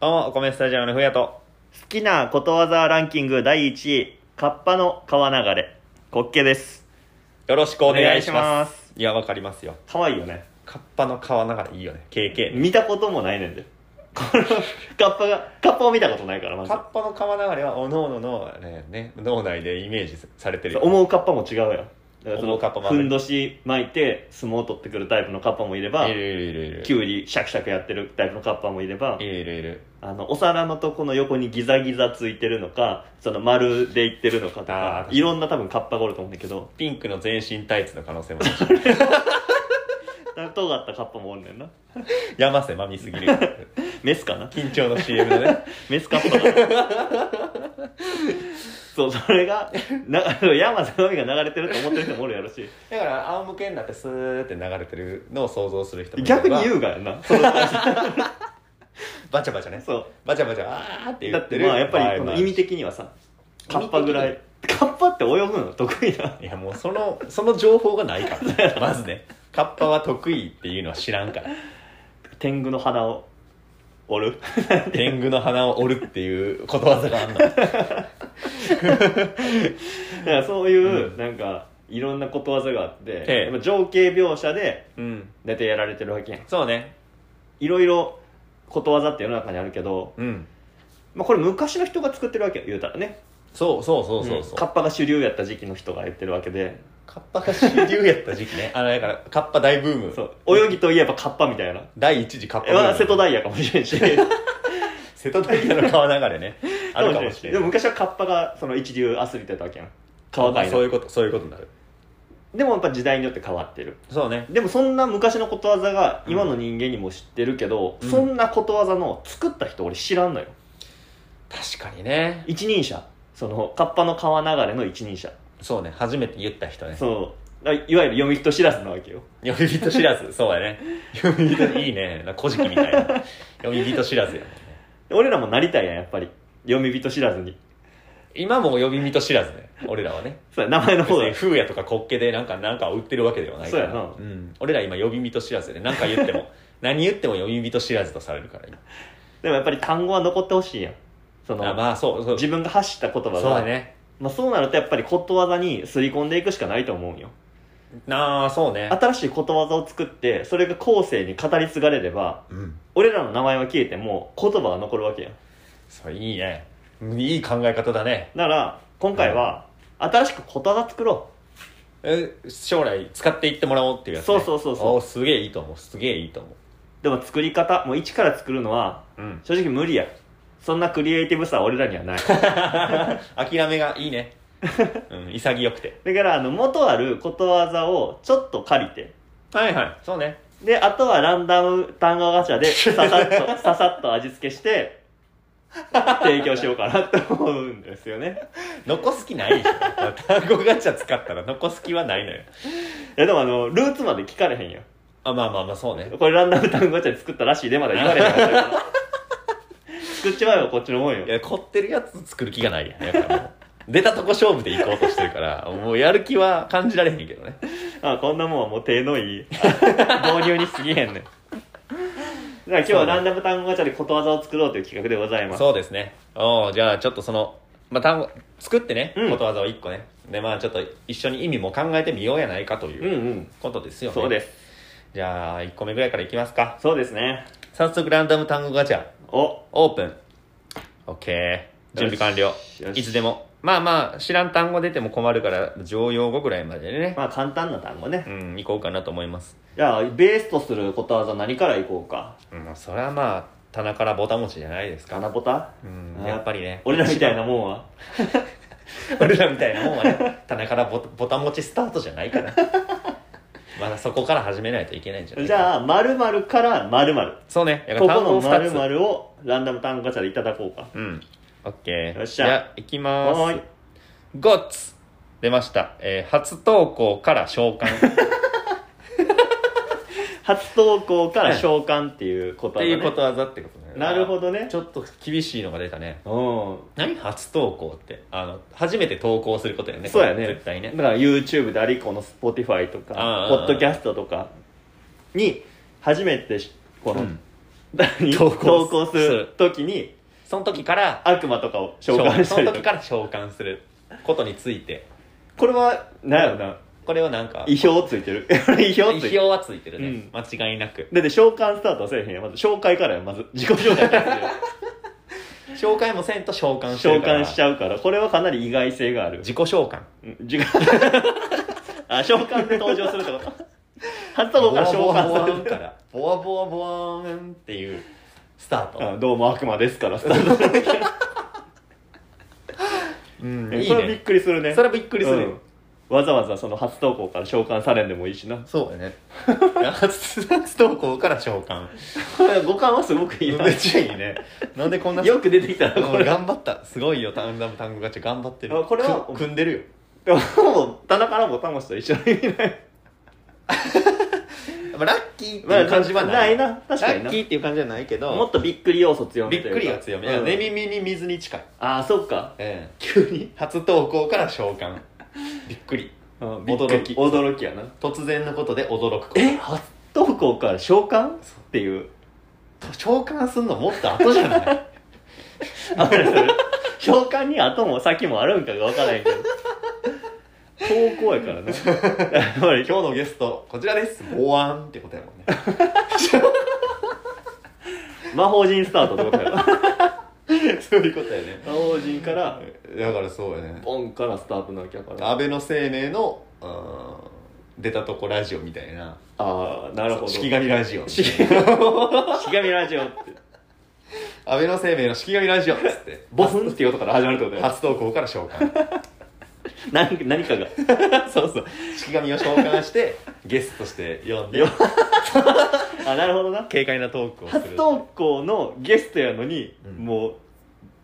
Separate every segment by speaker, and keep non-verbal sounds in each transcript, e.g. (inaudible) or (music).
Speaker 1: どうも、お米スタジアムのふうやと。
Speaker 2: 好きなことわざランキング第1位カッパの川流れコッケです
Speaker 1: よろしくお願いします。
Speaker 2: す
Speaker 1: いや、わかりますよ。
Speaker 2: 可愛いよね
Speaker 1: カッパの川流れいいよね。KK。
Speaker 2: 見たこともないねんで (laughs) このカッパがカッパを見たことないからま
Speaker 1: カッパの川流れは、おのおのの、ね、ね、脳内でイメージされて
Speaker 2: ず
Speaker 1: るよ。
Speaker 2: 思うカッパも違うよだからそ
Speaker 1: 思うカッパ
Speaker 2: の
Speaker 1: もあ
Speaker 2: ふ
Speaker 1: る
Speaker 2: んどし巻いて相撲を取ってくるタイプのカッパもいれば
Speaker 1: いるいるいるいる。
Speaker 2: キュウリシャクシャクやってるタイプのカッパもいれば
Speaker 1: いるいるいる。
Speaker 2: あのお皿のとこの横にギザギザついてるのかその丸でいってるのかと
Speaker 1: あ
Speaker 2: か
Speaker 1: ー
Speaker 2: いろんな多分カッパがおると思うんだけど (laughs)
Speaker 1: ピンクの全身タイツの可能性もあるし
Speaker 2: 尖ったカッパもおるねんな
Speaker 1: 山瀬まみすぎる。
Speaker 2: メスかな
Speaker 1: (laughs) 緊張の CM だね。
Speaker 2: メスカッパ
Speaker 1: (laughs)
Speaker 2: がそうそれがな (laughs) 山瀬の海が流れてると思ってる人もおるやろ
Speaker 1: (laughs)
Speaker 2: し
Speaker 1: だから、仰向けになってスーって流れてるのを想像する人もいれば
Speaker 2: 逆に優雅や
Speaker 1: (laughs)
Speaker 2: なその
Speaker 1: バチャバチャね。
Speaker 2: そ
Speaker 1: バチャバチャ、あーって
Speaker 2: う
Speaker 1: 言
Speaker 2: だ
Speaker 1: っ
Speaker 2: ってて
Speaker 1: る。
Speaker 2: まあやっぱ
Speaker 1: 場合
Speaker 2: りこ
Speaker 1: も
Speaker 2: の
Speaker 1: あ
Speaker 2: 意
Speaker 1: るし
Speaker 2: 味的にはさカッパぐらいカッパって泳ぐの得意ない
Speaker 1: やもうそのその情報がない (laughs) からまずねカッパは得意っていうのは知らんから
Speaker 2: 天狗の鼻を折る (laughs)
Speaker 1: 天狗の鼻を折るっていうことわざがあんの
Speaker 2: だからそういう、
Speaker 1: うん
Speaker 2: なんかいろんなことわざがあっ
Speaker 1: え
Speaker 2: て、
Speaker 1: え
Speaker 2: やっぱ情景描写で
Speaker 1: うん
Speaker 2: 大体やられてるわけやん
Speaker 1: そうね
Speaker 2: いろいろことわざって世の中にあるけど、
Speaker 1: うん
Speaker 2: まあ、これ昔の人が作ってるわけよ言うたらね
Speaker 1: そうそうそうそうそう、
Speaker 2: んカッパが主流やった時期の人が言ってるわけで、
Speaker 1: カッパが主流やった時期ね (laughs) あのだからカッパ大ブーム
Speaker 2: そう泳ぎといえばカッパみたいな、
Speaker 1: 第一次カッパ
Speaker 2: え
Speaker 1: ブーム、
Speaker 2: まあ瀬戸大也かもしれんし
Speaker 1: 瀬戸大也の川流れ (laughs) ね (laughs) あるかもしれ
Speaker 2: で
Speaker 1: ない
Speaker 2: も昔はカッパがその一流アスリートやったわけやん川
Speaker 1: まあ
Speaker 2: 外
Speaker 1: そう
Speaker 2: の
Speaker 1: いうことそういうことになる
Speaker 2: でもやっぱ時代によって変わってる
Speaker 1: そうね
Speaker 2: でもそんな昔のことわざが今の人間にも知ってるけど、
Speaker 1: うん
Speaker 2: そんなことわざの作った人俺知らんのよ
Speaker 1: 確かにね
Speaker 2: 一人者そのカッパの川流れの一人者
Speaker 1: そうね初めて言った人ね
Speaker 2: そうだからいわゆる読み人知らずなわけよ
Speaker 1: 読み人知らず (laughs) そうやね読み人いいねなんか古事記みたいな (laughs) 読み人知らずやもんね
Speaker 2: 俺らもなりたいやんやっぱり読み人知らずに
Speaker 1: 今も呼び人知らずね俺らはね
Speaker 2: そうや名前の
Speaker 1: 別
Speaker 2: 方だ
Speaker 1: に風やとか滑稽でなんかなんかを売ってるわけではないから、
Speaker 2: そうやなん
Speaker 1: 俺ら今呼び人知らずでね何か言って
Speaker 2: (laughs)
Speaker 1: も何言っても呼び人知らずとされるから今
Speaker 2: でもやっぱり単語は残ってほしいやんその
Speaker 1: あまあそうそう
Speaker 2: 自分が発した言葉が
Speaker 1: そうだね
Speaker 2: まあ、そうなるとやっぱりことわざに刷り込んでいくしかないと思うんよ
Speaker 1: なあそうね
Speaker 2: 新しいことわざを作ってそれが後世に語り継がれれば
Speaker 1: うん
Speaker 2: 俺らの名前は消えても言葉は残るわけやん
Speaker 1: それいいねいい考え方だね
Speaker 2: だから今回は新しくことわざ作ろ
Speaker 1: え将来使っていってもらおうっていうやつ、ね、
Speaker 2: そうそうそうそう
Speaker 1: おすげえいいと思うすげえいいと思
Speaker 2: うでも作り方もう一から作るのは
Speaker 1: ううん
Speaker 2: 正直無理やそんなクリエイティブさは俺らにはない
Speaker 1: (laughs)
Speaker 2: (laughs)
Speaker 1: 諦めがいいね、うん、潔くて
Speaker 2: だからあの元あることわざをちょっと借りて
Speaker 1: はいはいそうね
Speaker 2: であとはランダム単語ガチャでささっ (laughs) とささっと味付けして提供しようかなと思うんですよね
Speaker 1: 残す気ないでしょ単語ガチャ使ったら残す気はないのよ
Speaker 2: いやでもあのルーツまで聞かれへんよ
Speaker 1: あまあまあまあそうね
Speaker 2: これランダム単語ガチャで作ったらしいでまだ言われへんかったから作っちまえばこっちのもんよ
Speaker 1: いや凝ってるやつ作る気がないやんやっぱもう出たとこ勝負で行こうとしてるからもうやる気は感じられへんけどね
Speaker 2: あこんなもんはもう手のいい導入に過ぎへんねんだから今日はランダム単語ガチャでことわざを作ろうという企画でございます
Speaker 1: そうですねおうじゃあちょっとそのまあ単語作ってね、
Speaker 2: うん
Speaker 1: ことわざを1個ねでまあちょっと一緒に意味も考えてみようやないかと
Speaker 2: うん
Speaker 1: いううんことですよね、
Speaker 2: そうです
Speaker 1: じゃあ1個目ぐらいからいきますか
Speaker 2: そうですね
Speaker 1: 早速ランダム単語ガチャ
Speaker 2: お
Speaker 1: オープン OK 準備完了
Speaker 2: よし
Speaker 1: いつでもまあまあ知らん単語出ても困るから常用語ぐらいまででね、
Speaker 2: まあ簡単な単語ね
Speaker 1: うん行こうかなと思います
Speaker 2: じゃあベースとすることわざ何からいこうか
Speaker 1: うんまあそれはまあ棚からぼたもちじゃないです
Speaker 2: ガ
Speaker 1: か
Speaker 2: ナボタ
Speaker 1: うん
Speaker 2: あ
Speaker 1: やっぱりね
Speaker 2: 俺らみたいな
Speaker 1: 一
Speaker 2: もんは
Speaker 1: 番 (laughs) 俺らみたいなもんはね棚からぼぼたもちスタートじゃないから (laughs) まだそこから始めないといけないんじゃない
Speaker 2: じ
Speaker 1: あ
Speaker 2: ゃあ〇〇から〇〇
Speaker 1: そうねやっ
Speaker 2: こ
Speaker 1: ぱ
Speaker 2: こ
Speaker 1: 単
Speaker 2: の
Speaker 1: 語2
Speaker 2: 〇
Speaker 1: つ
Speaker 2: 〇をランダム単語ガチャでいただこうか
Speaker 1: うんオッケー
Speaker 2: よっしゃ
Speaker 1: じゃあいきま
Speaker 2: は
Speaker 1: ー
Speaker 2: ー
Speaker 1: す
Speaker 2: い
Speaker 1: ゴッツ出ました、えー初投稿から
Speaker 2: (laughs)
Speaker 1: 召喚っ
Speaker 2: 初投稿から召喚っていうことわ
Speaker 1: て
Speaker 2: ざ、ね、
Speaker 1: いうことわざってことね
Speaker 2: なるほどね
Speaker 1: ちょっと厳しいのが出たね
Speaker 2: うん
Speaker 1: 何初投稿ってあの初めて投稿することやね
Speaker 2: そうやね
Speaker 1: 絶対ね
Speaker 2: だから YouTube でありこの Spotify とか
Speaker 1: あ
Speaker 2: ポ
Speaker 1: ー
Speaker 2: ッドキャストとかに初めてしこの、
Speaker 1: うん
Speaker 2: 何
Speaker 1: 投
Speaker 2: 投
Speaker 1: 稿す
Speaker 2: 稿する時に
Speaker 1: その時から
Speaker 2: 悪魔とかを召喚し
Speaker 1: そ
Speaker 2: た
Speaker 1: の
Speaker 2: り
Speaker 1: 時
Speaker 2: とか
Speaker 1: から召喚することについて
Speaker 2: これは何やろな
Speaker 1: これをなんか
Speaker 2: 意表ついてる (laughs) 意表ついて
Speaker 1: 意表
Speaker 2: る
Speaker 1: はついてるね、
Speaker 2: う
Speaker 1: 間違いなく
Speaker 2: だって召喚スタートはせえへんやんまず紹介からやまず自己紹介からや
Speaker 1: 紹介もせんと召 (laughs) 喚して
Speaker 2: 召
Speaker 1: るから
Speaker 2: 喚しちゃうからこれはかなり意外性がある
Speaker 1: 自己召喚
Speaker 2: うん
Speaker 1: (laughs)
Speaker 2: 自己あ召喚で登場するってこと初登
Speaker 1: ボ
Speaker 2: 場か
Speaker 1: ワ
Speaker 2: ら召
Speaker 1: ボワボワン
Speaker 2: 喚す
Speaker 1: か
Speaker 2: る
Speaker 1: らボワボワボワーンっていうスター
Speaker 2: あ
Speaker 1: ト
Speaker 2: どうも悪魔ですからスタートする
Speaker 1: うんいい
Speaker 2: それびっ
Speaker 1: ね
Speaker 2: くりするね
Speaker 1: それはびっくりする、
Speaker 2: うんわざわざその初投稿から召喚されんでもいいし
Speaker 1: (laughs)
Speaker 2: な
Speaker 1: そうだね初初投稿から召喚
Speaker 2: 五感はすごくいいな
Speaker 1: めっちゃいいねなんでこんな
Speaker 2: (laughs) よく出てきたなこ
Speaker 1: うん
Speaker 2: れ
Speaker 1: 頑張ったすごいよタウンダム単語ガチャ頑張ってる
Speaker 2: あこれは
Speaker 1: く組んでるよ
Speaker 2: でももう棚からもタモシと一緒の意味ない
Speaker 1: まあラッキーっていう感じは
Speaker 2: な
Speaker 1: ない
Speaker 2: いな確かに
Speaker 1: ラッ
Speaker 2: な
Speaker 1: キーっていう感じじゃないけ
Speaker 2: もっ
Speaker 1: ど
Speaker 2: とびっくり要素強め
Speaker 1: び
Speaker 2: と
Speaker 1: っ
Speaker 2: いうか
Speaker 1: くりが強め、
Speaker 2: うん
Speaker 1: 寝耳に水に近い、
Speaker 2: ああそっか
Speaker 1: え
Speaker 2: 急に
Speaker 1: え初投稿から召喚 (laughs) びっくりびっくり
Speaker 2: 驚き驚きやな
Speaker 1: 突然のことで驚くこと
Speaker 2: え初投稿から召喚っていう (laughs)
Speaker 1: と召喚すんのもっと後じゃない (laughs)
Speaker 2: あそれそれ召喚に後も先もあるんかが分からへんけど投稿やからなやっぱり
Speaker 1: 今日のゲストこちらですボワンってことやもんね
Speaker 2: 魔法陣スタートってことやろ
Speaker 1: そういうことやね (laughs)
Speaker 2: 魔法陣から
Speaker 1: だからそうやね
Speaker 2: ボンからスタートなわけやから
Speaker 1: 安倍の生命のうん出たとこラジオみたいな
Speaker 2: ああなるほど
Speaker 1: 式神ラジオ
Speaker 2: 式
Speaker 1: 式
Speaker 2: 神ラジオって
Speaker 1: 安倍の生命の式神ラジオっつって
Speaker 2: ボスンっていう音から始まるってことや
Speaker 1: 初投稿から召喚
Speaker 2: 何何かが (laughs)
Speaker 1: そうそう式神を召喚してゲストとして呼んで
Speaker 2: よあなるほどな
Speaker 1: 軽快なトークをする
Speaker 2: 初投稿のゲストやのに、
Speaker 1: うん
Speaker 2: もう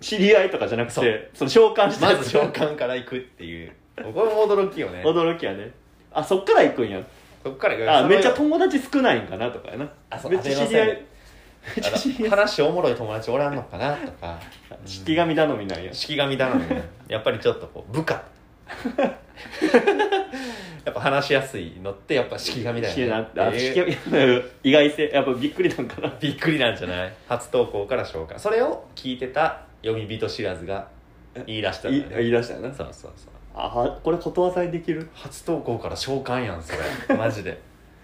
Speaker 2: 知り合いとかじゃなく
Speaker 1: そ
Speaker 2: て
Speaker 1: う
Speaker 2: その召喚して
Speaker 1: まず召喚から行くっていうこれも驚きよね
Speaker 2: 驚きやねあそっから行くんや
Speaker 1: そっから
Speaker 2: あめっちゃ
Speaker 1: と
Speaker 2: 友達少ないんかなとかやな
Speaker 1: あそう
Speaker 2: めっちゃ知り合
Speaker 1: 安倍
Speaker 2: い
Speaker 1: の
Speaker 2: めっちゃ知り合い
Speaker 1: 話おもろい友達おらんのかなと
Speaker 2: (laughs)
Speaker 1: か
Speaker 2: 式神頼みなんや
Speaker 1: 式神だのねやっぱりちょっとこう部下 (laughs) やっぱ話しやすいのってやっぱ式神だ
Speaker 2: 式な
Speaker 1: よ
Speaker 2: ん
Speaker 1: ね
Speaker 2: てあ
Speaker 1: っていう
Speaker 2: 式神意外性やっぱびっくりなんかな
Speaker 1: びっくりなんじゃない初投稿から紹介それを聞いてた読み人知らずが言い出したん
Speaker 2: い
Speaker 1: だ
Speaker 2: 言い
Speaker 1: ね
Speaker 2: 出したよな
Speaker 1: そうそうそう
Speaker 2: あはこれことわざにできる
Speaker 1: 初投稿から召喚やんそれマジで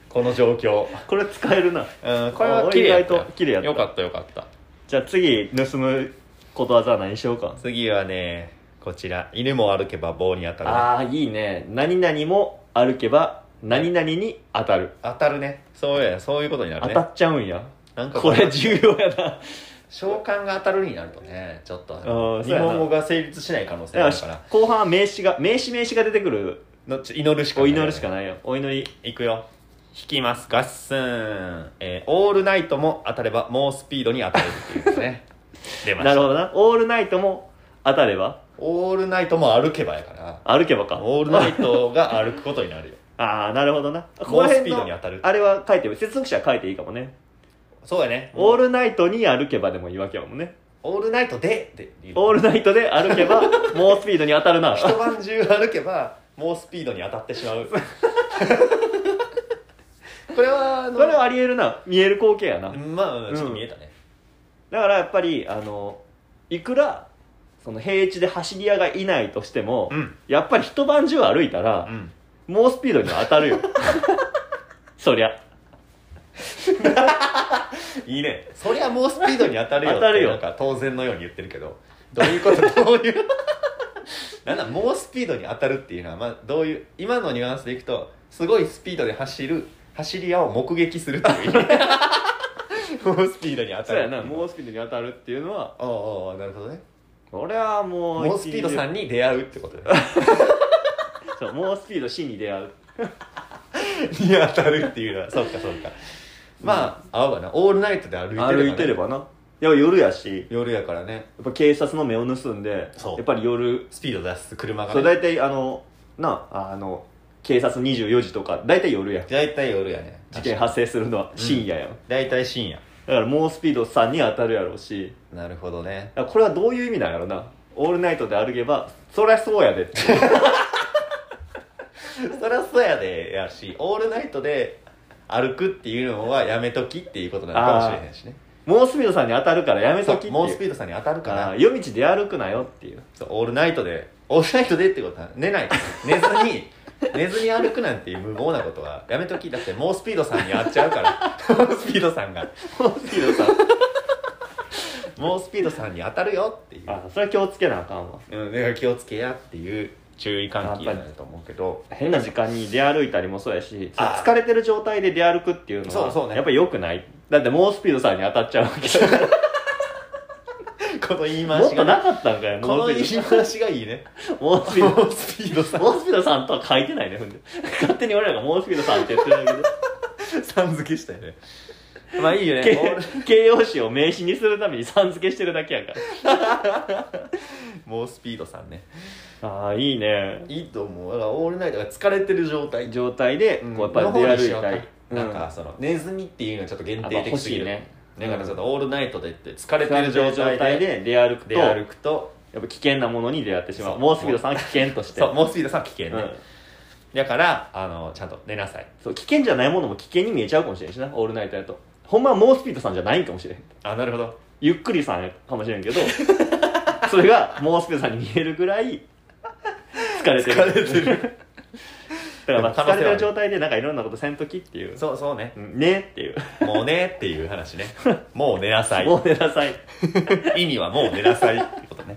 Speaker 1: この状況
Speaker 2: これ使えるな
Speaker 1: うんこれ
Speaker 2: あ
Speaker 1: は綺麗やっ
Speaker 2: 意外と綺麗やった
Speaker 1: よよかったよかった
Speaker 2: じゃあ次盗むことわざは何しようか
Speaker 1: 次はねこちら犬も歩けば棒に当たるね、
Speaker 2: ああいいね何々も歩けば何々に当たる
Speaker 1: 当たるねそうやそういうことになる
Speaker 2: 当
Speaker 1: ね
Speaker 2: たっちゃうんや
Speaker 1: なんか
Speaker 2: これ重要やな
Speaker 1: 召喚が当たるになるとねちょっと
Speaker 2: ーそう
Speaker 1: 日
Speaker 2: やな
Speaker 1: 本語が成立しない可能性があ
Speaker 2: だ
Speaker 1: る
Speaker 2: か
Speaker 1: からら
Speaker 2: 後半は名詞が名詞名詞が出てくる
Speaker 1: のち祈るしか
Speaker 2: お
Speaker 1: ない
Speaker 2: 祈るしかないよお祈り
Speaker 1: いくよ引きますガッスン、えーオールナイトも当たれば猛スピードに当たれるっていうです
Speaker 2: (laughs)
Speaker 1: ね出ました
Speaker 2: なるほどなオールナイトも当たれば
Speaker 1: オールナイトも歩けばやから
Speaker 2: 歩けばか
Speaker 1: オールナイトが歩くことになるよ
Speaker 2: ああなるほどなこ
Speaker 1: 猛スピ
Speaker 2: 辺
Speaker 1: ー
Speaker 2: の
Speaker 1: ドに当たる
Speaker 2: あれは書いてる接続詞は書いていいかもね
Speaker 1: そうやね
Speaker 2: オールナイトに歩けばでもいいわけやもんね
Speaker 1: オールナイトでって言う
Speaker 2: オールナイトで歩けば猛スピードに当たる
Speaker 1: (laughs)
Speaker 2: な
Speaker 1: 一晩中歩けば猛スピードに当たってしま
Speaker 2: (laughs)
Speaker 1: うこれはあの
Speaker 2: それはありえるな見える光景やな
Speaker 1: まあちょっと見えたね、
Speaker 2: だからやっぱりあのいくらその平地で走り屋がいないとしても、
Speaker 1: うん
Speaker 2: やっぱり一晩中歩いた
Speaker 1: う
Speaker 2: ら、
Speaker 1: ん
Speaker 2: 猛スピードには当た
Speaker 1: (laughs)
Speaker 2: るよそりゃ
Speaker 1: いいねそりゃ猛スピードに当たるよって
Speaker 2: 当たるよ
Speaker 1: なんか当然のように言ってるけどどういう
Speaker 2: (laughs)
Speaker 1: ことどういうなんだ猛スピードに当たるっていうのは、まあ、どういう今のニュアンスでいくとすごいスピードで走る走り屋を目撃するっていう意 (laughs)
Speaker 2: (laughs)
Speaker 1: 味猛スピードに当たる
Speaker 2: そうやな
Speaker 1: もう
Speaker 2: 猛スピードに当たるっていうのは
Speaker 1: ああああなるほどね
Speaker 2: これはもう
Speaker 1: 猛スピードさんに出会うってことだ
Speaker 2: そう猛スピード死に出会う
Speaker 1: に当たるっていうの
Speaker 2: (laughs)
Speaker 1: はそうかそうかまあ合うわなオールナイトで歩いてればね、
Speaker 2: 歩いてればないや夜やし
Speaker 1: 夜やからね
Speaker 2: やっぱ警察の目を盗んで
Speaker 1: そう
Speaker 2: やっぱり夜
Speaker 1: スピード出す車が
Speaker 2: そう
Speaker 1: ね
Speaker 2: 大体あのなああの警察24時とか大体夜やん
Speaker 1: 大体夜やね
Speaker 2: 事件発生するのは深夜やん、
Speaker 1: 大体深夜
Speaker 2: だから猛スピードさんに当たるやろうし
Speaker 1: なるほどね
Speaker 2: だからこれはどういう意味なんやろなオールナイトで歩けばそりゃそうやでって
Speaker 1: そりゃそうやでやしオールナイトで歩くっていうのはやめときっていうことなのかもしれへんしね
Speaker 2: 猛スピードさんに当たるからやめときっ
Speaker 1: そう
Speaker 2: ていう
Speaker 1: 猛スピードさんに当たるか
Speaker 2: あ
Speaker 1: ら
Speaker 2: ー夜道で歩くなよっていう
Speaker 1: そうオールナイトでオールナイトでってことは寝ない寝ず
Speaker 2: (laughs)
Speaker 1: に寝ずに歩くなんていう無謀なことはやめときだって猛スピードさんにやっちゃうから
Speaker 2: (laughs)
Speaker 1: 猛スピードさんが
Speaker 2: 猛スピードさん
Speaker 1: (laughs) 猛スピードさんに当たるよっていう
Speaker 2: あそれは気をつけなあかんわ
Speaker 1: うん、だから気をつけやっていう注意喚起になると思うけど
Speaker 2: 変な時間に出歩いたりもそうやしそう
Speaker 1: あー
Speaker 2: 疲れてる状態で出歩くっていうのは
Speaker 1: そうそうね
Speaker 2: やっぱり良くないだって猛スピードさんに当たっちゃうわけだから
Speaker 1: この言い
Speaker 2: (laughs) も
Speaker 1: 回
Speaker 2: っ
Speaker 1: し
Speaker 2: と
Speaker 1: が
Speaker 2: なかったんかよ
Speaker 1: この
Speaker 2: 猛ス
Speaker 1: 言い
Speaker 2: ピー
Speaker 1: 回しがいいね
Speaker 2: ド (laughs) 猛スピード
Speaker 1: 猛スピードさ
Speaker 2: 猛スピードさんとは書いてないねほんで勝手に俺らが猛スピードさんって言ってるだけで
Speaker 1: んさん付けしたよねまあいい (laughs)
Speaker 2: (laughs)
Speaker 1: よねオール
Speaker 2: け形容詞を名詞にするためにさん付けしてるだけやから
Speaker 1: 猛スピードさんね
Speaker 2: ああいいね
Speaker 1: いいと思うだからオールナイトが疲れてる状態
Speaker 2: 状態で
Speaker 1: うん
Speaker 2: こうやっぱり出歩いた
Speaker 1: の方にしよう
Speaker 2: り
Speaker 1: かなんかそのネズミっていうのはちょっと限
Speaker 2: うん
Speaker 1: 定
Speaker 2: やっぱ欲
Speaker 1: 的す
Speaker 2: し
Speaker 1: ぎ
Speaker 2: い
Speaker 1: る
Speaker 2: ね
Speaker 1: だからちょっ
Speaker 2: と
Speaker 1: とオールナイトでって疲れて
Speaker 2: 疲れ
Speaker 1: る
Speaker 2: てる
Speaker 1: 状
Speaker 2: 状
Speaker 1: 態
Speaker 2: 態
Speaker 1: で
Speaker 2: で出歩くと
Speaker 1: で歩くと
Speaker 2: やっぱ危険なものに出会ってしま
Speaker 1: そうう
Speaker 2: 猛スピードさんは危険として
Speaker 1: そう猛スピードさんは危険
Speaker 2: う
Speaker 1: ね
Speaker 2: ん
Speaker 1: だからあのちゃんと寝なさい
Speaker 2: そう危険じゃないものも危険に見えちゃうかもしれんしなオールナイトやとほんまは猛スピードさんじゃないんかもしれん
Speaker 1: あなるほど
Speaker 2: ゆっくりさんかもしれんけどそれが猛スピードさんに見えるぐらい疲れてる
Speaker 1: 疲れてる
Speaker 2: だからまあ
Speaker 1: でも可能性はあ
Speaker 2: 疲
Speaker 1: る
Speaker 2: れてる状態でなんかいろんなことせんときっていう
Speaker 1: (laughs) そうそうね
Speaker 2: うんねっていう
Speaker 1: もうねっていう話 (laughs) ねもう寝なさい
Speaker 2: もう寝なさい
Speaker 1: 意味はもう寝なさいってことね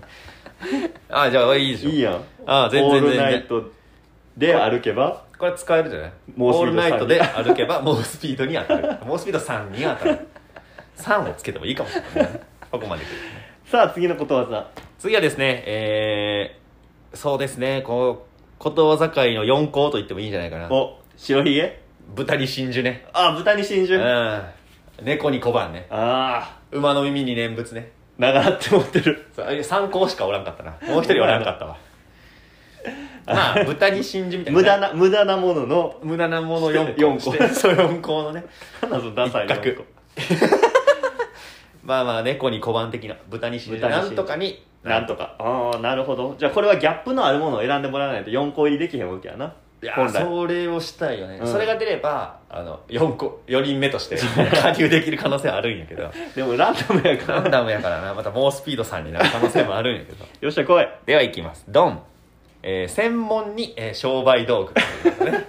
Speaker 1: あじゃあいいでしょ
Speaker 2: いいやん
Speaker 1: あ全然
Speaker 2: オー
Speaker 1: 全
Speaker 2: ル
Speaker 1: 然
Speaker 2: ナイトで歩けば
Speaker 1: これ使えるじゃない
Speaker 2: 猛ス
Speaker 1: オ
Speaker 2: ピード
Speaker 1: ールナイトで歩けば猛スピードに当たる猛スピード3に当たる3をつけてもいいかもしれないねここまで来る
Speaker 2: さあ次のことわざ
Speaker 1: 次はですねえー、そうですねこうことわざ界の4項と言ってもいいんじゃないかな
Speaker 2: お白ひげ
Speaker 1: 豚に真珠ね
Speaker 2: あ豚に真
Speaker 1: う
Speaker 2: 珠あ
Speaker 1: ん猫に小判ね
Speaker 2: あ
Speaker 1: 馬の耳に念仏ね
Speaker 2: ー長なって持ってる
Speaker 1: 3項しかおらんかったなもう一人おらんかった
Speaker 2: (laughs)
Speaker 1: わまあ豚に真珠みたいな
Speaker 2: 無
Speaker 1: ね、
Speaker 2: 駄な無駄なものの
Speaker 1: 無駄なもの4項
Speaker 2: 四項
Speaker 1: して (laughs) そう4項のね
Speaker 2: 何だそのダサいの
Speaker 1: 一角まあまあ猫に小判的な豚に真珠
Speaker 2: 豚
Speaker 1: な
Speaker 2: に真
Speaker 1: ん
Speaker 2: 珠
Speaker 1: とかに
Speaker 2: なんとかああなるほどじゃあこれはギャップのあるものを選んでもらわないと4個入りできへんわけやない
Speaker 1: や
Speaker 2: 本来
Speaker 1: それをしたいよね、
Speaker 2: うん
Speaker 1: それが出ればあの 4, 個4人目として加入できる可能性はあるんやけど
Speaker 2: でもランダムやか
Speaker 1: (laughs) ラン
Speaker 2: ら
Speaker 1: ダムやからなまた猛スピードさんになる可能性もあるんやけど
Speaker 2: よっしゃ来い
Speaker 1: ではいきますドン、えー専門に、えー商売道具っていうことね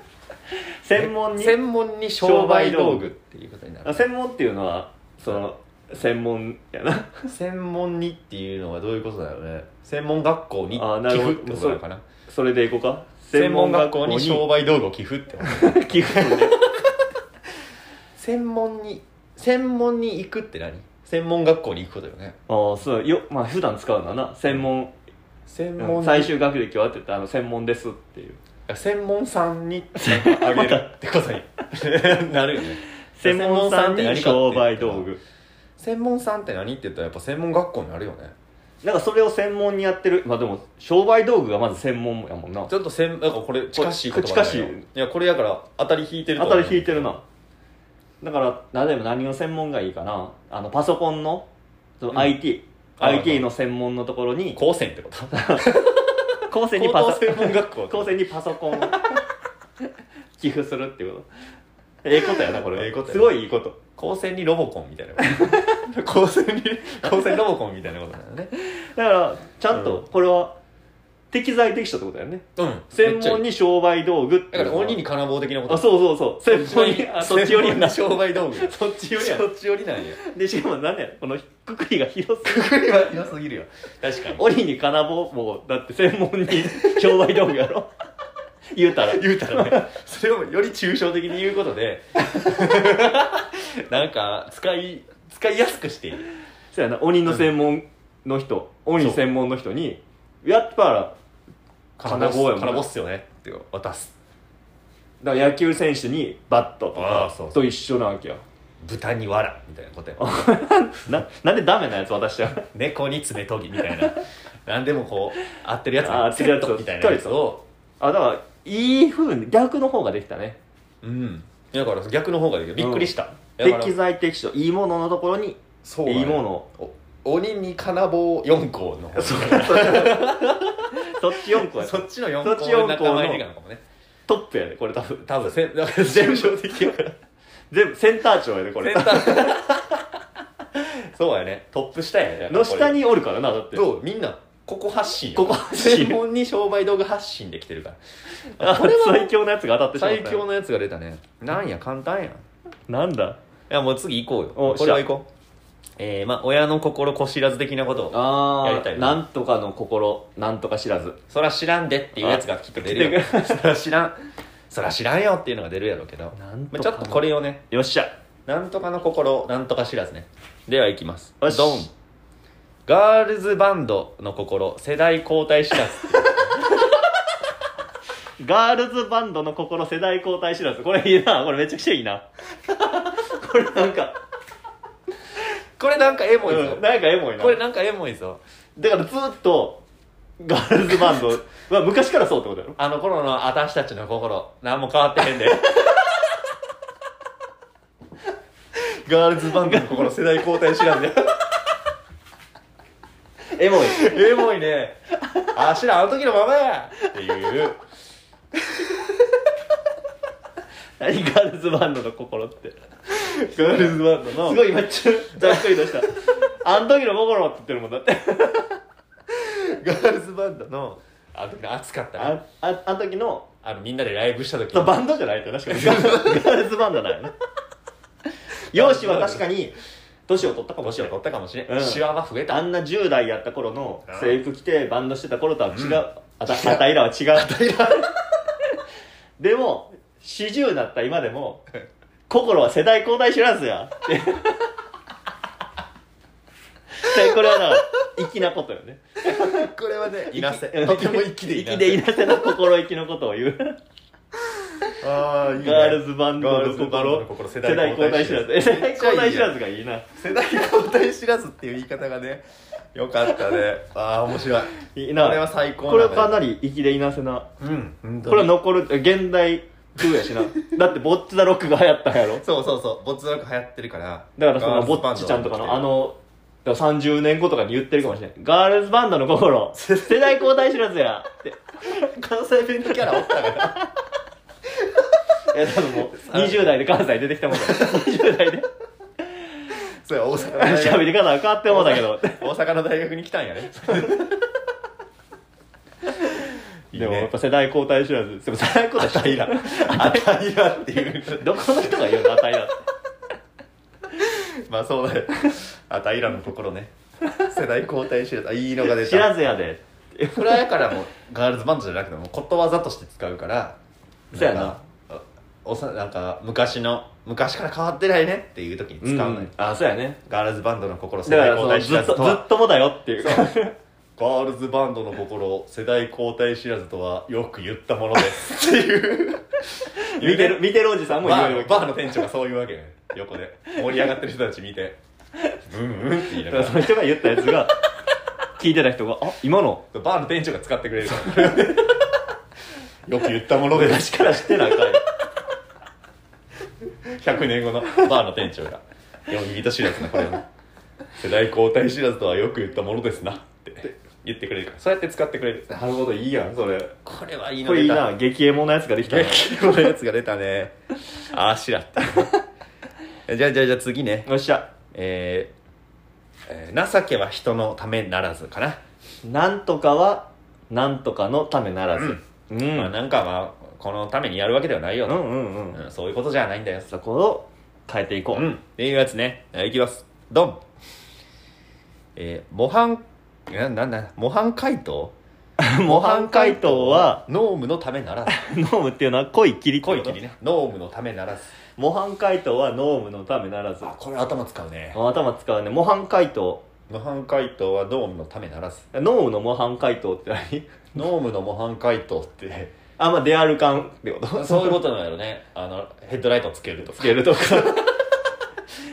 Speaker 2: 専門に
Speaker 1: 専門に商売道具っていうことにな
Speaker 2: あ
Speaker 1: る
Speaker 2: 専門っていうのはその専門やな
Speaker 1: 専門にっていうのはどういうことだろうね専門学校に
Speaker 2: あーなる
Speaker 1: 寄
Speaker 2: ほど
Speaker 1: 付ってことなのかな
Speaker 2: それでいこうか
Speaker 1: 専門学校に商売道具を寄付ってこと
Speaker 2: 売 (laughs) 寄付
Speaker 1: 専門に専門に行くって何専門学校に行くことよね
Speaker 2: ああそうよまあ普段使うのはな専門
Speaker 1: 専門に
Speaker 2: 最終学歴はって言ったらあの専門ですっていう
Speaker 1: 専門さんに (laughs) あげるってことに (laughs) なるよね
Speaker 2: 専門
Speaker 1: 専門さ
Speaker 2: さん
Speaker 1: んって何かって
Speaker 2: に
Speaker 1: いう
Speaker 2: 商売道具
Speaker 1: 専門さんって何って言ったらやっぱ専門学校になるよね
Speaker 2: なんかそれを専門にやってるまあでも商売道具がまず専門やもんな
Speaker 1: ちょっとせんなんかこれ近しい言葉
Speaker 2: 近しい
Speaker 1: いいやこれやから当たり引いてる
Speaker 2: 当たり引い
Speaker 1: て
Speaker 2: てるなだから例えば何の専門がいいかなあのパソコンのその
Speaker 1: うん
Speaker 2: IT、
Speaker 1: はいはい
Speaker 2: IT の専門のところに
Speaker 1: 高専ってこと
Speaker 2: 後世にパ
Speaker 1: 高
Speaker 2: ソ
Speaker 1: 等専門学校
Speaker 2: 後世にパソコンを (laughs) 寄付するっていうことええことやなこれは
Speaker 1: ええことやな
Speaker 2: すごいいいこと
Speaker 1: 高専にロボコンみたいなこと (laughs) 高専に高専ロボコンみたいなことだよね
Speaker 2: だからちゃん
Speaker 1: う
Speaker 2: とこれは適材適所ってことだよね
Speaker 1: うん
Speaker 2: 専門
Speaker 1: に
Speaker 2: に商売道具って
Speaker 1: だ
Speaker 2: い
Speaker 1: から
Speaker 2: うのは
Speaker 1: 鬼に金棒的なこと
Speaker 2: あそうそうそう専門にあそっち寄りやな
Speaker 1: な商売道具
Speaker 2: そっち寄りや
Speaker 1: そっち寄りなんや
Speaker 2: でしかも何やこのくくりが広すぎる
Speaker 1: くくりは広すぎるよ確かに
Speaker 2: 檻に金棒もだって専門に商売道具やろ (laughs) 言うたら
Speaker 1: 言うたらねそれをより抽象的に言うことで (laughs) なんか使い使いやすくしている
Speaker 2: (laughs) そうやな鬼の専門の人、鬼専門の人にやっぱ金棒やもんな
Speaker 1: 金棒っすよねって渡す
Speaker 2: だから野球選手にバットと
Speaker 1: ああ
Speaker 2: か
Speaker 1: そうそう
Speaker 2: と一緒なわけよ
Speaker 1: 豚に藁みたいな (laughs) ことや
Speaker 2: ななんでダメなやつ渡しちゃう
Speaker 1: 猫に爪研ぎみたい (laughs) な何でもこう合ってるやつ
Speaker 2: あ合ってるやつを
Speaker 1: セットみたいなやつを
Speaker 2: あだからいいふうに逆の方ができたね
Speaker 1: うんだから逆の方がいいよびっくりした、だから
Speaker 2: 適材適所いいもののところに
Speaker 1: そうだね
Speaker 2: いいものを
Speaker 1: お鬼に金棒4個の方
Speaker 2: そっち4個
Speaker 1: (laughs)
Speaker 2: や
Speaker 1: そっちの4
Speaker 2: そ
Speaker 1: 個
Speaker 2: っち四
Speaker 1: の
Speaker 2: 個の
Speaker 1: 仲間入りなのかもね
Speaker 2: トップやでこれ多分
Speaker 1: 多分せん (laughs) だから全部的やから
Speaker 2: 全部センター長やでこれ
Speaker 1: センター (laughs) そうやねトップ下やね
Speaker 2: の下におるからなだって
Speaker 1: どうみんなここ発信よ
Speaker 2: ここ発信
Speaker 1: 専門に商売道具発信できてるか
Speaker 2: あ
Speaker 1: らこれは
Speaker 2: (laughs) 最強のやつが当たってしまった
Speaker 1: 最強のやつが出たねなんや簡単やんい
Speaker 2: なんだ
Speaker 1: やもう次行こうよ
Speaker 2: お
Speaker 1: これは行こうえー、まあ親の心こしらず的なことを
Speaker 2: あ
Speaker 1: ー
Speaker 2: やりたいななんとかの心なんとか知らず
Speaker 1: そら知らんでっていうやつがきっと出るよ (laughs) そら知らんそら知らんよっていうのが出るやろうけど、
Speaker 2: なん
Speaker 1: まあ、ちょっとこれをね
Speaker 2: よっしゃ
Speaker 1: なんとかの心なんとか知らずねではいきます
Speaker 2: よし
Speaker 1: ドンガールズバンドの心世代交代知らず (laughs)
Speaker 2: ガールズバンドの心世代交代知らずこれいいなこれめちゃくちゃいい
Speaker 1: (laughs)
Speaker 2: なこれなんか
Speaker 1: これなんかエモいぞ
Speaker 2: うん、なんかエモいな
Speaker 1: これなんかエモいぞ
Speaker 2: だからずっとガールズ
Speaker 1: (laughs)
Speaker 2: バンドは昔からそうってことやろ
Speaker 1: あの頃の私たちの心何も変わってへんで
Speaker 2: (laughs)
Speaker 1: ガールズバンドの心世代交代知らんで
Speaker 2: (laughs) エモい
Speaker 1: エモいねあしらあの時のままやっていう
Speaker 2: 何ガールズバンドの心って
Speaker 1: ガールズバンド
Speaker 2: す
Speaker 1: の
Speaker 2: ごい今ちょざっくりと (laughs) したあの時の心って言ってるもんだって
Speaker 1: ガールズバンドのあの時の暑かったね
Speaker 2: あああの時の
Speaker 1: あのみんなでライブした時
Speaker 2: そうバンドじゃないと確かにガーガールズバンドなんや (laughs) ね容姿は確かに年を取ったかも
Speaker 1: も
Speaker 2: し
Speaker 1: ち
Speaker 2: れ
Speaker 1: ろ
Speaker 2: なんい
Speaker 1: 取ったかもしれ
Speaker 2: うん
Speaker 1: んシワは増えた
Speaker 2: あんな10代やった頃の
Speaker 1: うん
Speaker 2: 制服着てバンドしてた頃とは違う、
Speaker 1: うん
Speaker 2: あたあたいらは違う (laughs) でも40だった今で (laughs) も心は世代交代知らず (laughs) やってでこれはだから粋なことよね
Speaker 1: これはねいなせ
Speaker 2: うん
Speaker 1: とても一気でいなせ
Speaker 2: 粋でいなせの心意気のことを言う
Speaker 1: ああいいね
Speaker 2: ガールズバンド
Speaker 1: ガー
Speaker 2: の
Speaker 1: ルズバンドの
Speaker 2: 心
Speaker 1: 心
Speaker 2: 世
Speaker 1: 世
Speaker 2: 代
Speaker 1: 代
Speaker 2: 交
Speaker 1: 交
Speaker 2: 代
Speaker 1: 代
Speaker 2: 知
Speaker 1: 知ら
Speaker 2: らず
Speaker 1: ず
Speaker 2: 世代交代知らずがいいな
Speaker 1: 世代交代知らずっていう言い方がねよかったねああ面白い
Speaker 2: い
Speaker 1: こ
Speaker 2: い
Speaker 1: れは
Speaker 2: な
Speaker 1: 最高
Speaker 2: これはか
Speaker 1: な
Speaker 2: なり粋でいなせな
Speaker 1: うん本当
Speaker 2: これは
Speaker 1: に
Speaker 2: 残る現代風や
Speaker 1: (laughs)
Speaker 2: しなだってボッチザロックが流行ったんやろ
Speaker 1: そうそうそうボッツロック流行ってるから
Speaker 2: だからそ
Speaker 1: ガー
Speaker 2: の
Speaker 1: ル
Speaker 2: ボ
Speaker 1: ズバ
Speaker 2: ッ
Speaker 1: ンド
Speaker 2: チちゃんとかのあのだから30年後とかに言ってるかもしれないガールズバンドの
Speaker 1: (laughs)
Speaker 2: 心世代交代知らずやって
Speaker 1: 関西弁のキャラおったから
Speaker 2: いや多分もう20代
Speaker 1: (laughs)
Speaker 2: で関西出てきたもんだから20代で
Speaker 1: それ大阪の大
Speaker 2: (laughs) 喋
Speaker 1: 学
Speaker 2: り方変わってもうだけど
Speaker 1: 大阪の大学に来たんやねいい
Speaker 2: でもやっ
Speaker 1: ね
Speaker 2: ぱ世代交代知らずでも世代交代知らず
Speaker 1: あたいらっていう
Speaker 2: どこの人が言うの値だって
Speaker 1: まあそうだよあたいらのところね世代交代 (laughs) 知らずあいいのが出た
Speaker 2: 知らずやで
Speaker 1: これはやからもうガールズバンドじゃなくてもうことわざとして使うから
Speaker 2: そうやなん
Speaker 1: かおさなんか昔の昔から変わってないねっていう時に使うのよ、
Speaker 2: んあそうやね
Speaker 1: ガールズバンドの心世
Speaker 2: だか
Speaker 1: 代交代
Speaker 2: らその
Speaker 1: 知
Speaker 2: ず
Speaker 1: ら
Speaker 2: っと
Speaker 1: ずと
Speaker 2: ず
Speaker 1: は
Speaker 2: っともだよっていう
Speaker 1: ガールズバンドの心世代交代知らずとはよく言ったものですっ
Speaker 2: (laughs)
Speaker 1: ていう
Speaker 2: 見てる見てるおじさんも言
Speaker 1: バ
Speaker 2: わ
Speaker 1: ー
Speaker 2: れる
Speaker 1: のバーの店長がそういうわけね横で盛り上がってる人たち見てブンブンって言いなが
Speaker 2: だからその人が言ったやつが聞いてた人が「あ今の
Speaker 1: らバーの店長が使ってくれるからよく言ったものです
Speaker 2: 昔から知ってなあかんよ
Speaker 1: 100年後のバーの店長が「読み人知らずなこれは世代交代知らずとはよく言ったものですな」って言ってくれるからそうやって使ってくれる
Speaker 2: なるほどいいやんそれ
Speaker 1: これはいい
Speaker 2: これいいな激エモなやつができたな
Speaker 1: 激キモのやつが出たねあーしらってじゃあじゃあじゃあ次ね
Speaker 2: よっしゃ
Speaker 1: えーえー情けは人のためならず」かな、
Speaker 2: なんとかはなんとかのためならずうん、う
Speaker 1: まあ、
Speaker 2: ん、
Speaker 1: なんかまあこのためにやるわけではないよ
Speaker 2: う
Speaker 1: と、
Speaker 2: んうん
Speaker 1: うんそういうことじゃないんだよ
Speaker 2: そこを変えていこう、
Speaker 1: うん、っていうやつね、はい、いきますドンえー、模範ななんだ模範解答
Speaker 2: (laughs) 模範解答は
Speaker 1: ノームのためな
Speaker 2: (laughs)
Speaker 1: らず
Speaker 2: ノームっていうのは濃い霧ってこ
Speaker 1: 濃
Speaker 2: と
Speaker 1: い霧ねノームのためならず
Speaker 2: 模範解答はノームのためならず
Speaker 1: あこれ頭使うね
Speaker 2: 頭使うね模範解答
Speaker 1: 模範解答はノームのためならず
Speaker 2: ノームの模範解答って何
Speaker 1: ノームの模範解答って
Speaker 2: あんまあ出歩かんってこと
Speaker 1: そういうことなんやろねあのヘッドライトつけると
Speaker 2: つ
Speaker 1: か
Speaker 2: ける
Speaker 1: (laughs)
Speaker 2: とか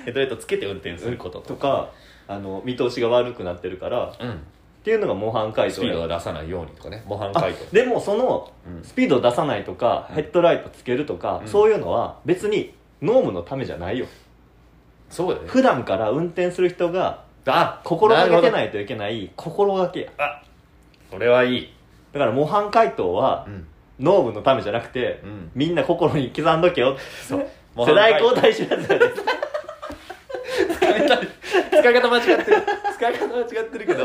Speaker 1: ヘッドライトつけて運転すること
Speaker 2: と
Speaker 1: とか
Speaker 2: かあの見通しが悪くなってるからっ
Speaker 1: うん
Speaker 2: ていうのが模範解
Speaker 1: ス
Speaker 2: 答
Speaker 1: ピ
Speaker 2: や
Speaker 1: ードが出さないようにとかね模範
Speaker 2: あ
Speaker 1: 解答
Speaker 2: でもその
Speaker 1: うん
Speaker 2: スピードを出さないとか、
Speaker 1: うん
Speaker 2: ヘッドライトつけるとか、
Speaker 1: うん
Speaker 2: そういうのは別にノームのためじゃないよ
Speaker 1: そうだね
Speaker 2: 普段から運転する人が
Speaker 1: あ
Speaker 2: 心がけて
Speaker 1: い
Speaker 2: ないといけない心がけや
Speaker 1: これはいい
Speaker 2: だから模範解答は
Speaker 1: (laughs) うん
Speaker 2: ノームのためじゃなくて、
Speaker 1: うん
Speaker 2: みんな心に刻んど (laughs) けよ
Speaker 1: そう
Speaker 2: 世代交代しなさい
Speaker 1: 代交代使い方間違ってる使い方間違ってるけど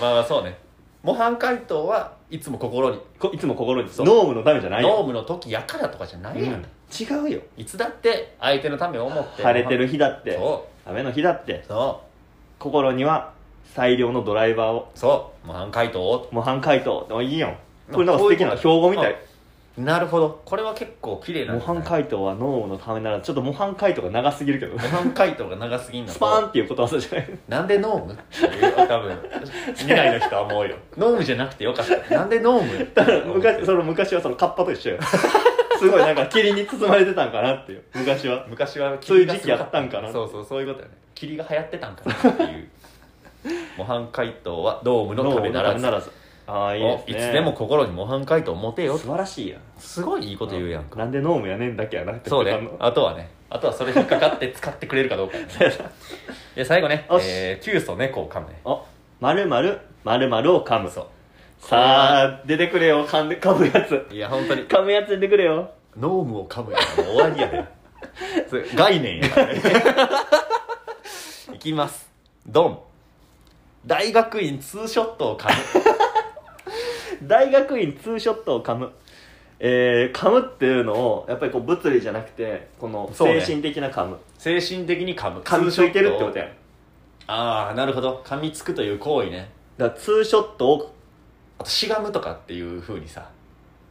Speaker 1: まあまあそうね模範解答はいつも心に
Speaker 2: こいつも心に
Speaker 1: そう
Speaker 2: ノームのためじゃない
Speaker 1: ノー
Speaker 2: よ、
Speaker 1: ムの時やからとかじゃな
Speaker 2: う
Speaker 1: いやん、
Speaker 2: ん、違うよ
Speaker 1: いつだって相手のためを思って
Speaker 2: 晴れてる日だって
Speaker 1: そ
Speaker 2: 雨の日だって
Speaker 1: うそ
Speaker 2: 心には最良のドライバーを
Speaker 1: うそう模範解答を
Speaker 2: 模範解答でもいいよこれ
Speaker 1: ま
Speaker 2: な
Speaker 1: あ
Speaker 2: んか素敵な標語みたい
Speaker 1: なるほどこれは結構綺麗なん
Speaker 2: 模
Speaker 1: じゃない
Speaker 2: 範解答はノーのためならちょっと模範解答が長すぎ
Speaker 1: (laughs)
Speaker 2: るけど
Speaker 1: 模範解答が長すぎんの
Speaker 2: ス
Speaker 1: と
Speaker 2: パーンっていうことわざじゃない
Speaker 1: なんでノーム (laughs) っていう多分未来の人は思う (laughs) よノームじゃなくてよかったなんでノー (laughs) ム
Speaker 2: だから昔その昔はそのカッパと一緒
Speaker 1: (laughs)
Speaker 2: よすごいなんか霧に包まれてたんかなっていう昔は
Speaker 1: 昔は
Speaker 2: そういう時期やったんかな
Speaker 1: そうそうそういうことよね霧が流行ってたんかなっていう模範解答はドームの
Speaker 2: 脳
Speaker 1: ためならず
Speaker 2: ならずああいい
Speaker 1: お
Speaker 2: です
Speaker 1: い
Speaker 2: ね
Speaker 1: つでも心に模範解答持てよ
Speaker 2: 素晴らしいやん
Speaker 1: すごいいいこと言うやんか
Speaker 2: なんでノームやねんだけやなって
Speaker 1: そう
Speaker 2: 言って
Speaker 1: ね
Speaker 2: たの
Speaker 1: あとはねあとはそれ引っかかって使ってくれるかどうか、ね、で最後ね
Speaker 2: よし
Speaker 1: えー急須猫を噛むね
Speaker 2: (laughs) おまるまるまるまるを噛む
Speaker 1: そう
Speaker 2: さあ出てくれよ噛んで噛むやつ
Speaker 1: いや本当に
Speaker 2: 噛むやつ出てくれよ
Speaker 1: ノームを噛むやつもう終わりやねそれ概念やからね (laughs) いきますドン大学院ツーショットを噛む
Speaker 2: 大学院ツーショットを噛むえー、噛むっていうのをやっぱりこう物理じゃなくてこの
Speaker 1: そうね
Speaker 2: 精神的な噛む、
Speaker 1: 精神的に噛む
Speaker 2: 噛みついてるってことやん
Speaker 1: ああなるほど噛みつくという行為ね
Speaker 2: だからツーショットを
Speaker 1: あとしがむとかっていうふうにさ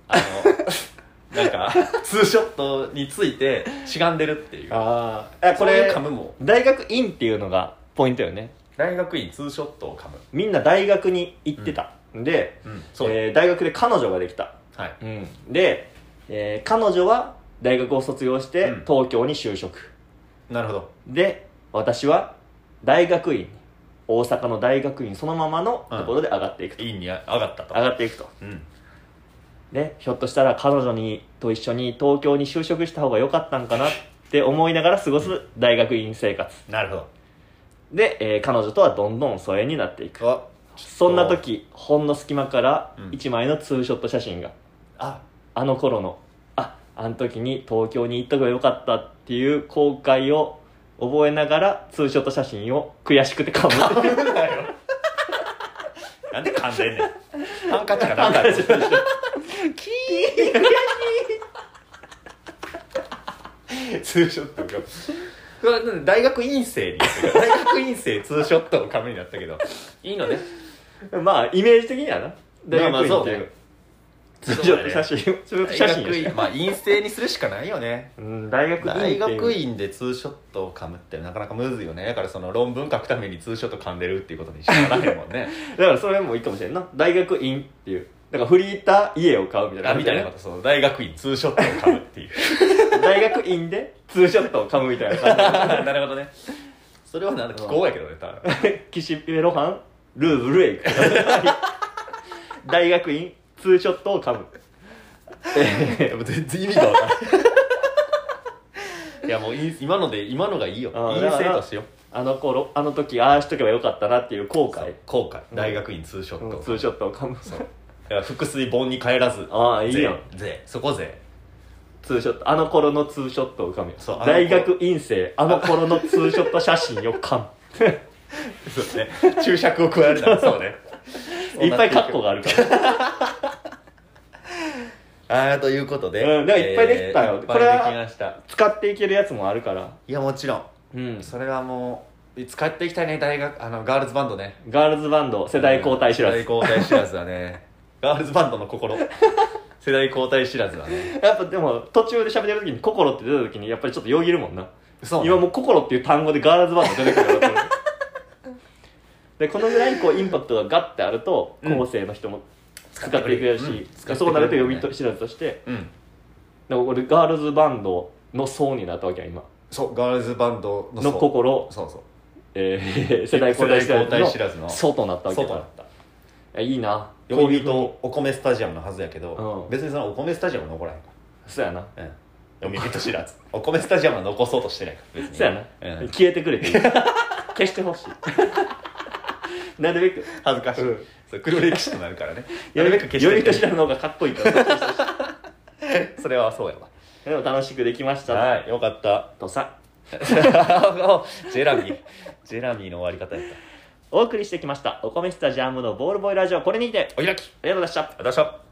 Speaker 1: あ
Speaker 2: (laughs)
Speaker 1: のなんかツーショットについてしがんでるっていう
Speaker 2: ああこ
Speaker 1: これ
Speaker 2: れ
Speaker 1: 噛むも
Speaker 2: 大学院っていうのがポイントよね
Speaker 1: 大学院ツーショットを噛む
Speaker 2: みんな大学に行ってた、で、
Speaker 1: うんそう、
Speaker 2: えー大学で彼女ができた、
Speaker 1: はい
Speaker 2: で、えー彼女は大学を卒業して
Speaker 1: うん
Speaker 2: 東京に就職、
Speaker 1: なるほど
Speaker 2: で私は大学院に大阪の大学院そのままのところで上がっていくと、
Speaker 1: 院に上がったと
Speaker 2: 上がっていくと
Speaker 1: うん
Speaker 2: でひょっとしたら彼女にと一緒に東京に就職した方が良かったんかなって思いながら過ごす大学院生活
Speaker 1: なるほ
Speaker 2: で、えー彼女とはどんどん疎遠になっていく
Speaker 1: どあ
Speaker 2: そんな時ほんの隙間から
Speaker 1: うん
Speaker 2: 1枚のツーショット写真が、
Speaker 1: あ
Speaker 2: あの頃のああの時に東京に行っとけばよかったっていう後悔を覚えながらツーショット写真を悔しくて噛む
Speaker 1: 噛むなよなんで噛んでんねん (laughs) ハンカチかなんかやろ
Speaker 2: キ
Speaker 1: ツーショットを噛むこれはなんで大学院生になってるから大学院生ツーショットを噛むになったけどいいのね
Speaker 2: ー (laughs) まあイメージ的にはな
Speaker 1: まあ
Speaker 2: 大
Speaker 1: まあ
Speaker 2: 学院ってい
Speaker 1: そう
Speaker 2: う
Speaker 1: ね
Speaker 2: ツーショット写真をツーショット
Speaker 1: 大
Speaker 2: 写真を
Speaker 1: 学院まあ陰性にするしかないよね
Speaker 2: うん大学院ってい
Speaker 1: 大
Speaker 2: う
Speaker 1: 学院でツーショットを噛むってなかなかむずいよねだからその論文書くためにツーショット噛んでるっていうことにしかならへんもんね
Speaker 2: だからそれもいいかもしれんな大学院っていうだからフリーター家を買うみたいな
Speaker 1: あみた (laughs) いなことそう大学院ツーショットを噛むっていう
Speaker 2: 大学院でツーショットを噛むみ (laughs) たいな感じ
Speaker 1: なるほどねそれはなんか気候やけどね多分
Speaker 2: 岸辺露伴ルーブルへ行く (laughs) 大学院ツーショットを噛
Speaker 1: い
Speaker 2: む
Speaker 1: (laughs) やもう全然意味がわからないいやもう陰今ので今のがいいよ
Speaker 2: あー
Speaker 1: 陰性としよう
Speaker 2: あの頃あの時ああしとけばよかったなっていう後悔
Speaker 1: 後悔大学院ツーショッ
Speaker 2: う
Speaker 1: ト、
Speaker 2: んツーショットを噛む
Speaker 1: いや複数本に帰らず
Speaker 2: ああいいやん
Speaker 1: ぜぜそこぜ
Speaker 2: ツーショットあの頃のツーショットを噛むよ
Speaker 1: そうあの頃
Speaker 2: 大学院生あの頃のツーショット写真を噛む
Speaker 1: そうね (laughs) 注釈を加えるならそうね
Speaker 2: (laughs) いっぱいカッコがあるから、
Speaker 1: ああということで、
Speaker 2: うんでもいっぱいできたよ
Speaker 1: えーいっ
Speaker 2: これ
Speaker 1: ぱ
Speaker 2: はい
Speaker 1: できました
Speaker 2: 使っていけるやつもあるから
Speaker 1: いやもちろん
Speaker 2: うん
Speaker 1: それはもう使っていきたいね大学あのガールズバンドね
Speaker 2: ガールズバンド世代交代知らず
Speaker 1: 世代交代知らずだ
Speaker 2: (laughs)
Speaker 1: ねガールズバンドの心世代交代知らずだね
Speaker 2: やっぱでも途中で喋ってる時に「心」って出た時にやっぱりちょっとよぎるもんな
Speaker 1: そうね
Speaker 2: 今もう「心」っていう単語でガールズバンド出てくるようになってるでこのぐらいこうインパクトがガッてあると
Speaker 1: うん
Speaker 2: 後世の人も使っていくやし、
Speaker 1: うん使ってくれる
Speaker 2: そうなると読みと知らずとして
Speaker 1: うん
Speaker 2: だから俺ガールズバンドの層になったわけや今
Speaker 1: そうガールズバンドの
Speaker 2: の心、
Speaker 1: そうそう
Speaker 2: えー世代交代知
Speaker 1: 世代交代知
Speaker 2: ら
Speaker 1: ら
Speaker 2: ず
Speaker 1: ず
Speaker 2: の
Speaker 1: の
Speaker 2: 層となったわけや
Speaker 1: 層となっ
Speaker 2: いやいいなこう
Speaker 1: 読
Speaker 2: い
Speaker 1: 売
Speaker 2: うふうに
Speaker 1: とお米スタジアムのはずやけど、
Speaker 2: うん
Speaker 1: 別にそのお米スタジアム残らへんか
Speaker 2: そうやな
Speaker 1: ら、うん、読売と知らずお米スタジアムは残そうとしてないから別に
Speaker 2: そうやな、
Speaker 1: うん
Speaker 2: 消えてく
Speaker 1: (laughs)
Speaker 2: れていい消してほしい (laughs) なるべく
Speaker 1: 恥ずかしい、
Speaker 2: うん
Speaker 1: そう黒歴史となるからねな
Speaker 2: (laughs) よ
Speaker 1: るべ
Speaker 2: り
Speaker 1: く
Speaker 2: と
Speaker 1: 消
Speaker 2: よりと
Speaker 1: し
Speaker 2: してらの方がかっ
Speaker 1: (laughs)
Speaker 2: こいいから
Speaker 1: それはそうやわ
Speaker 2: でも楽しくできました、 (laughs)
Speaker 1: はいよかった (laughs)
Speaker 2: とさ
Speaker 1: ジェラミージェラミーの終わり方やっ
Speaker 2: お送りしてきましたお米スタジアムのボールボーイラジオこれにて
Speaker 1: たお開き
Speaker 2: ありがとうございました
Speaker 1: ありがとうございました